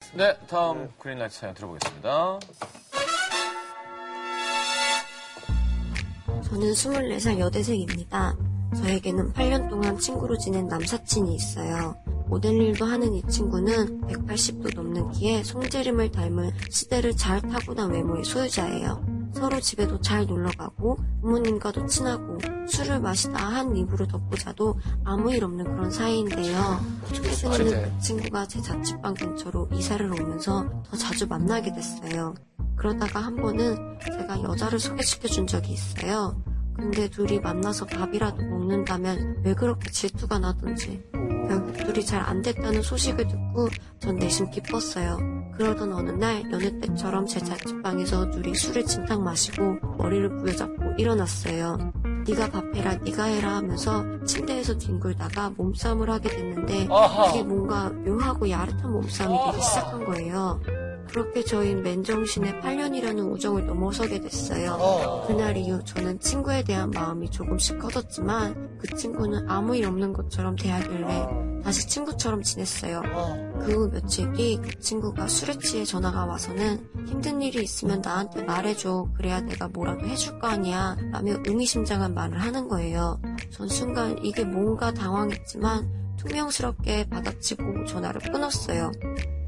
같습니다. 네, 다음 그린라이트 사연 들어보겠습니다. 저는 24살 여대생입니다. 저에게는 8년 동안 친구로 지낸 남사친이 있어요. 모델 일도 하는 이 친구는 180도 넘는 키에 송재림을 닮은 시대를 잘 타고난 외모의 소유자예요. 서로 집에도 잘 놀러가고 부모님과도 친하고 술을 마시다 한 입으로 덮고자도 아무 일 없는 그런 사이인데요. 최근에는 그 친구가 제 자취방 근처로 이사를 오면서 더 자주 만나게 됐어요. 그러다가 한 번은 제가 여자를 소개시켜 준 적이 있어요. 근데 둘이 만나서 밥이라도 먹는다면 왜 그렇게 질투가 나던지 결국 둘이 잘 안 됐다는 소식을 듣고 전 내심 기뻤어요. 그러던 어느 날 연애 때처럼 제 자취방에서 둘이 술을 진탕 마시고 머리를 부여잡고 일어났어요. 네가 밥해라 네가 해라 하면서 침대에서 뒹굴다가 몸싸움을 하게 됐는데 아하. 이게 뭔가 묘하고 야릇한 몸싸움이 아하. 되기 시작한 거예요. 그렇게 저희는 맨정신에 8년이라는 우정을 넘어서게 됐어요. 그날 이후 저는 친구에 대한 마음이 조금씩 커졌지만 그 친구는 아무 일 없는 것처럼 대하길래 다시 친구처럼 지냈어요. 그 후 며칠 뒤 그 친구가 술에 취해 전화가 와서는 힘든 일이 있으면 나한테 말해줘. 그래야 내가 뭐라도 해줄 거 아니야. 라며 의미심장한 말을 하는 거예요. 전 순간 이게 뭔가 당황했지만 투명스럽게 받아치고 전화를 끊었어요.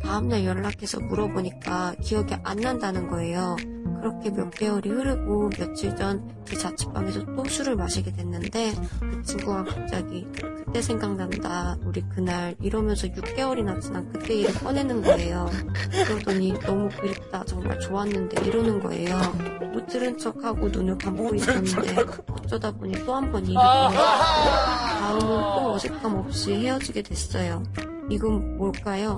다음날 연락해서 물어보니까 기억이 안 난다는 거예요. 그렇게 몇 개월이 흐르고 며칠 전 제 자취방에서 또 술을 마시게 됐는데 그 친구가 갑자기 그때 생각난다 우리 그날 이러면서 6개월이나 지난 그때 일을 꺼내는 거예요 그러더니 너무 그립다 정말 좋았는데 이러는 거예요 못 들은 척하고 눈을 감고 있었는데 어쩌다 보니 또 한 번 일이 벌어졌어요 다음은 또 어색함 없이 헤어지게 됐어요 이건 뭘까요?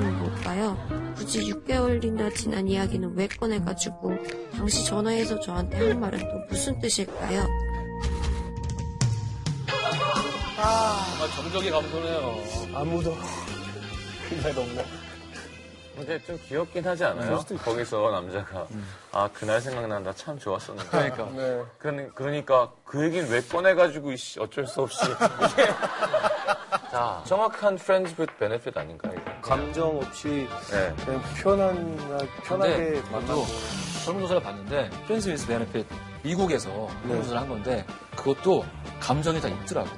이건 뭘까요? 굳이 6개월이나 지난 이야기는 왜 꺼내가지고 당시 전화해서 저한테 한 말은 또 무슨 뜻일까요? 정말 정적이 감소네요. 아무도 그날 없네. 근데 좀 귀엽긴 하지 않아요? 거기서 남자가 아 그날 생각난다 참 좋았었는데. 그러니까. 네. 그러니, 그러니까 그 얘기는 왜 꺼내가지고 이씨 어쩔 수 없이. 자 정확한 friends with benefit 아닌가 이거. 감정 없이 네. 그냥 편한 편하게 네, 근데 만나고 나도 설문조사를 봤는데 프렌즈 위스 베네핏 미국에서 네. 설문조사를 한 건데 그것도 감정이 다 있더라고.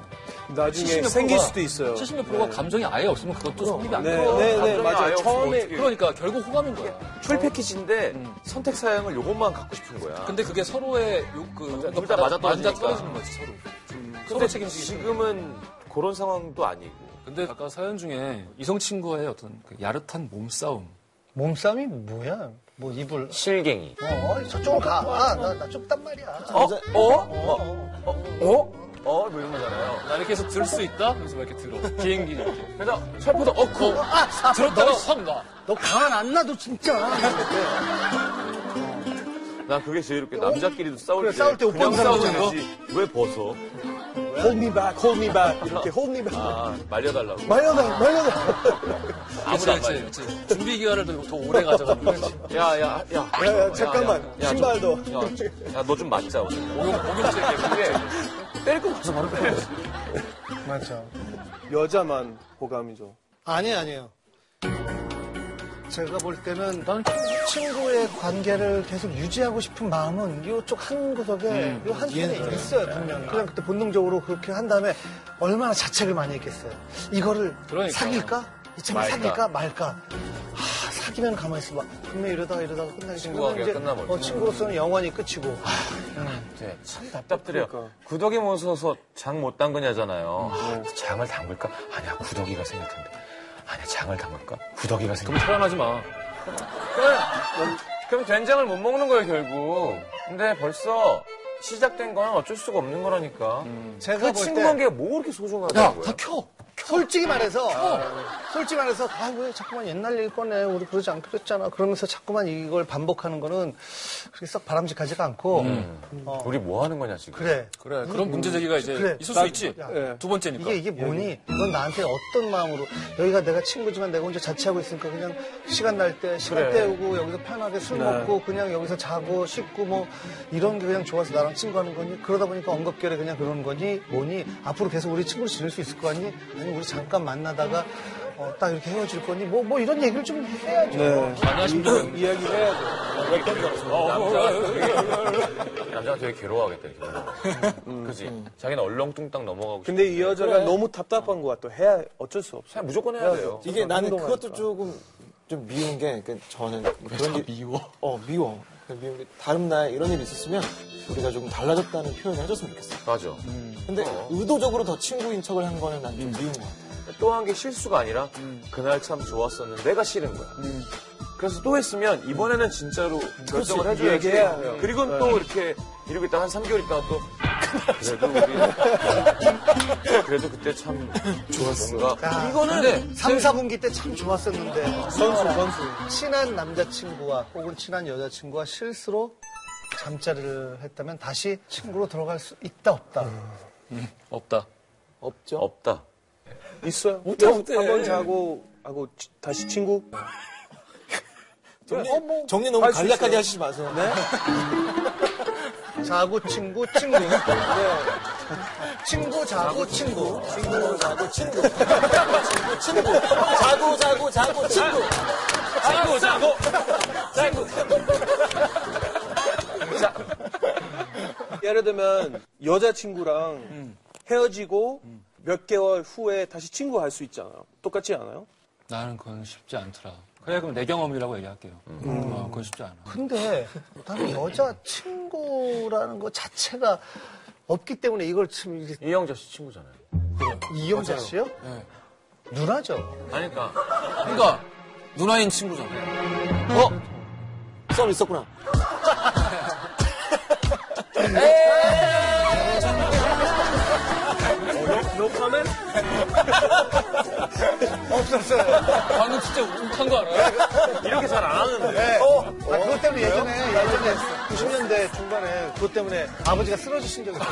나중에 70몇 생길 프로가- 수도 있어요. 70%가 감정이 아예 없으면 그것도 성립이 안 네, 돼요. 네, 네, 감정이 아예 맞아요. 없으면 처음에 어떡해. 그러니까 결국 호감인 거야. 풀 패키지인데 선택 사양을 요것만 갖고 싶은 거야. 근데 그게 서로의 욕, 그, 둘다 맞아 떨어지니까. 맞아 떨어지는 거지, 서로. 근데 음, 서로 책임지기 싫은 지금은 그런 상황도 아니고. 근데 아까 사연 중에 이성 친구와의 어떤 그 야릇한 몸싸움. 몸싸움이 뭐야? 뭐 입을 실갱이. 어 저쪽으로 가. 나나 좁단 말이야. 어? 어? 어? 어? 어? 뭐 이런 거잖아요. 나 이렇게 해서 들 수 있다? 그래서 막 이렇게 들어. 비행기 이렇게. 그래서 철포도 얻고, 들었다가 확 나. 너 가만 안 놔도 진짜. 난 그게 제일 웃겨. 남자끼리도 싸울 그래, 때. 싸울 때 옷 그냥 벗는 싸우는 거잖아. 거지. 왜 벗어? hold me back, hold me back 이렇게 hold me back. 아, 말려달라고. 말려놔, 말려놔. 아무도 안 말려. 그치, 그치. 준비 기간을 더, 더 오래 가져가는 거지. 야, 야, 야. 야, 야, 잠깐만. 야, 신발도. 야, 야, 너 좀 맞자, 오늘. 목욕, 목욕제 때릴 거 없어, 바로 때려. 맞아. 여자만 호감이죠. 아니 아니에요. 제가 볼 때는 친구의 관계를 계속 유지하고 싶은 마음은 이쪽 한 구석에 음. 이한 손에 있어요 네. 분명히. 그냥 그때 본능적으로 그렇게 한 다음에 얼마나 자책을 많이 했겠어요. 이거를 그러니까. 사귈까? 이 친구 말까. 사귈까 말까? 아, 사귀면 가만히 있어 봐. 분명 이러다가 이러다가 끝나기 친구하기가 때문에 이제 끝나버리죠. 어, 친구로서는 영원히 끝이고. 네, 참 답답드려요. 그러니까. 구더기 무서워서 장 못 담그냐잖아요. 아, 장을 담글까? 아니야, 구더기가 생길 텐데. 아니야, 장을 담글까? 구더기가 생길 텐데. 불안하지 마. 그럼 된장을 못 먹는 거예요, 결국. 근데 벌써 시작된 거는 어쩔 수가 없는 거라니까. 음. 제가 그 볼 친구 때 관계가 뭐 그렇게 소중하다고요? 켜. 솔직히 말해서, 솔직히 말해서, 아, 왜 자꾸만 옛날 얘기 꺼내. 우리 그러지 않기로 했잖아. 그러면서 자꾸만 이걸 반복하는 거는 그렇게 썩 바람직하지가 않고, 어, 우리 뭐 하는 거냐, 지금. 그래. 그래. 그런 문제 제기가 이제 음. 그래. 있을 수 나- 있지. 야. 예. 두 번째니까. 이게, 이게 뭐니? 넌 나한테 어떤 마음으로, 여기가 내가 친구지만 내가 혼자 자취하고 있으니까 그냥 시간 날 때, 시간 그래. 때우고, 여기서 편하게 술 먹고, 그냥 여기서 자고, 씻고, 뭐, 이런 게 그냥 좋아서 나랑 친구하는 거니? 그러다 보니까 엉겁결에 그냥 그러는 거니? 뭐니? 앞으로 계속 우리 친구로 지낼 수 있을 거 아니? 아니, 우리 우리 잠깐 만나다가 어, 딱 이렇게 헤어질 거니 뭐 뭐 이런 얘기를 좀 해야죠. 아, 남자가 되게 괴로워하겠다 이렇게 보면. 음. 그지 자기는 얼렁뚱땅 넘어가고 싶어 근데 이 여자가 너무 답답한 거야. 또 해야 어쩔 수 없어. 그냥 무조건 해야 돼요 이게 나는 운동하니까. 그것도 조금 좀 미운 게, 그러니까 저는 그런 일, 미워. 어 미워. 그 미운 게 다른 날 이런 일이 있었으면 우리가 조금 달라졌다는 표현을 해줬으면 좋겠어. 맞아 근데 어. 의도적으로 더 친구인 척을 한 거는 난 좀 미운 거 같아. 또 한 게 실수가 아니라 그날 참 좋았었는데 내가 싫은 거야 그래서 또 했으면 이번에는 진짜로 결정을 해줘야지 얘기해야 해요. 그리고 또 이렇게 이러고 있다 한 3개월 있다가 또 그래도 우리 그래도 그때 참 좋았어 뭔가 근데 3, 4분기 때 참 좋았었는데 선수 선수 친한 남자친구와 혹은 친한 여자친구와 실수로 잠자리를 했다면 다시 친구로 들어갈 수 있다 없다 없다. 없죠? 없다 있어요. 못해 못해. 한번 자고 하고 치- 다시 친구. 어, 뭐. 정리, 정리 너무 할수 간략하게 있어요. 네? 하시지 마세요. 자고 친구 친구 네. 친구 자고 친구 친구, 자고, 친구. 친구, 친구. 자고, 자고, 자고, 친구. 아이고 자고 예를 들면 여자친구랑 음. 헤어지고 몇 개월 후에 다시 친구 할 수 있잖아. 똑같지 않아요? 나는 그건 쉽지 않더라. 그래, 그럼 내 경험이라고 얘기할게요. 어, 그건 쉽지 않아. 근데 나는 여자친구라는 것 자체가 없기 때문에 이걸 참 이게 이영자 씨 친구잖아요 이영자 씨요? 네. 누나죠 아니 그러니까 그러니까, 누나인 친구잖아. 썸 있었구나. 방금 진짜 욱한 거 알아요? 이렇게 잘 안 하는데 어, 나 그것 때문에 예전에, 예전에 90년대 중반에 그것 때문에 아버지가 쓰러지신 적이 있어요.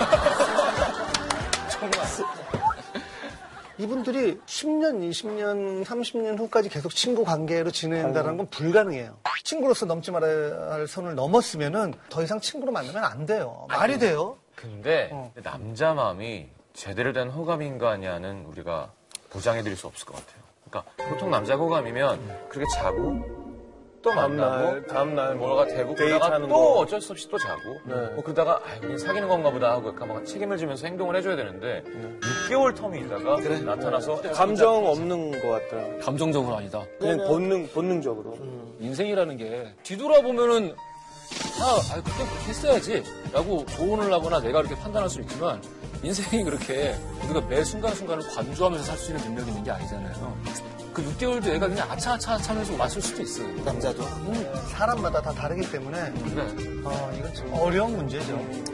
정말. 이분들이 10년, 20년, 30년 후까지 계속 친구 관계로 지낸다는 건 불가능해요. 친구로서 넘지 말아야 할 선을 넘었으면은 더 이상 친구로 만나면 안 돼요. 말이 돼요? 근데 남자 마음이 제대로 된 호감인가 아니냐는 우리가 보장해드릴 수 없을 것 같아요. 그러니까 보통 남자 호감이면 그렇게 자고 또 만나고 다음날, 다음날 뭐 뭐가 되고 그러다가 또 데이트하는 거. 네. 어쩔 수 없이 또 자고 뭐 그러다가 아 우린 사귀는 건가 보다 하고 약간 막 책임을 지면서 행동을 해줘야 되는데 네. 6개월 텀이 있다가 나타나서 감정 없는 것 같더라. 감정적으로 아니다. 그냥 본능 본능적으로. 인생이라는 게 뒤돌아보면은 아, 아 그때 그렇게 했어야지 라고 조언을 하거나 내가 그렇게 판단할 수 있지만 인생이 그렇게 우리가 매 순간순간을 관조하면서 살 수 있는 능력이 있는 게 아니잖아요. 그 6개월도 애가 그냥 아차아차 하면서 왔을 수도 있어요. 남자도. 음, 사람마다 다 다르기 때문에, 그래. 어, 이건 참 어려운 문제죠.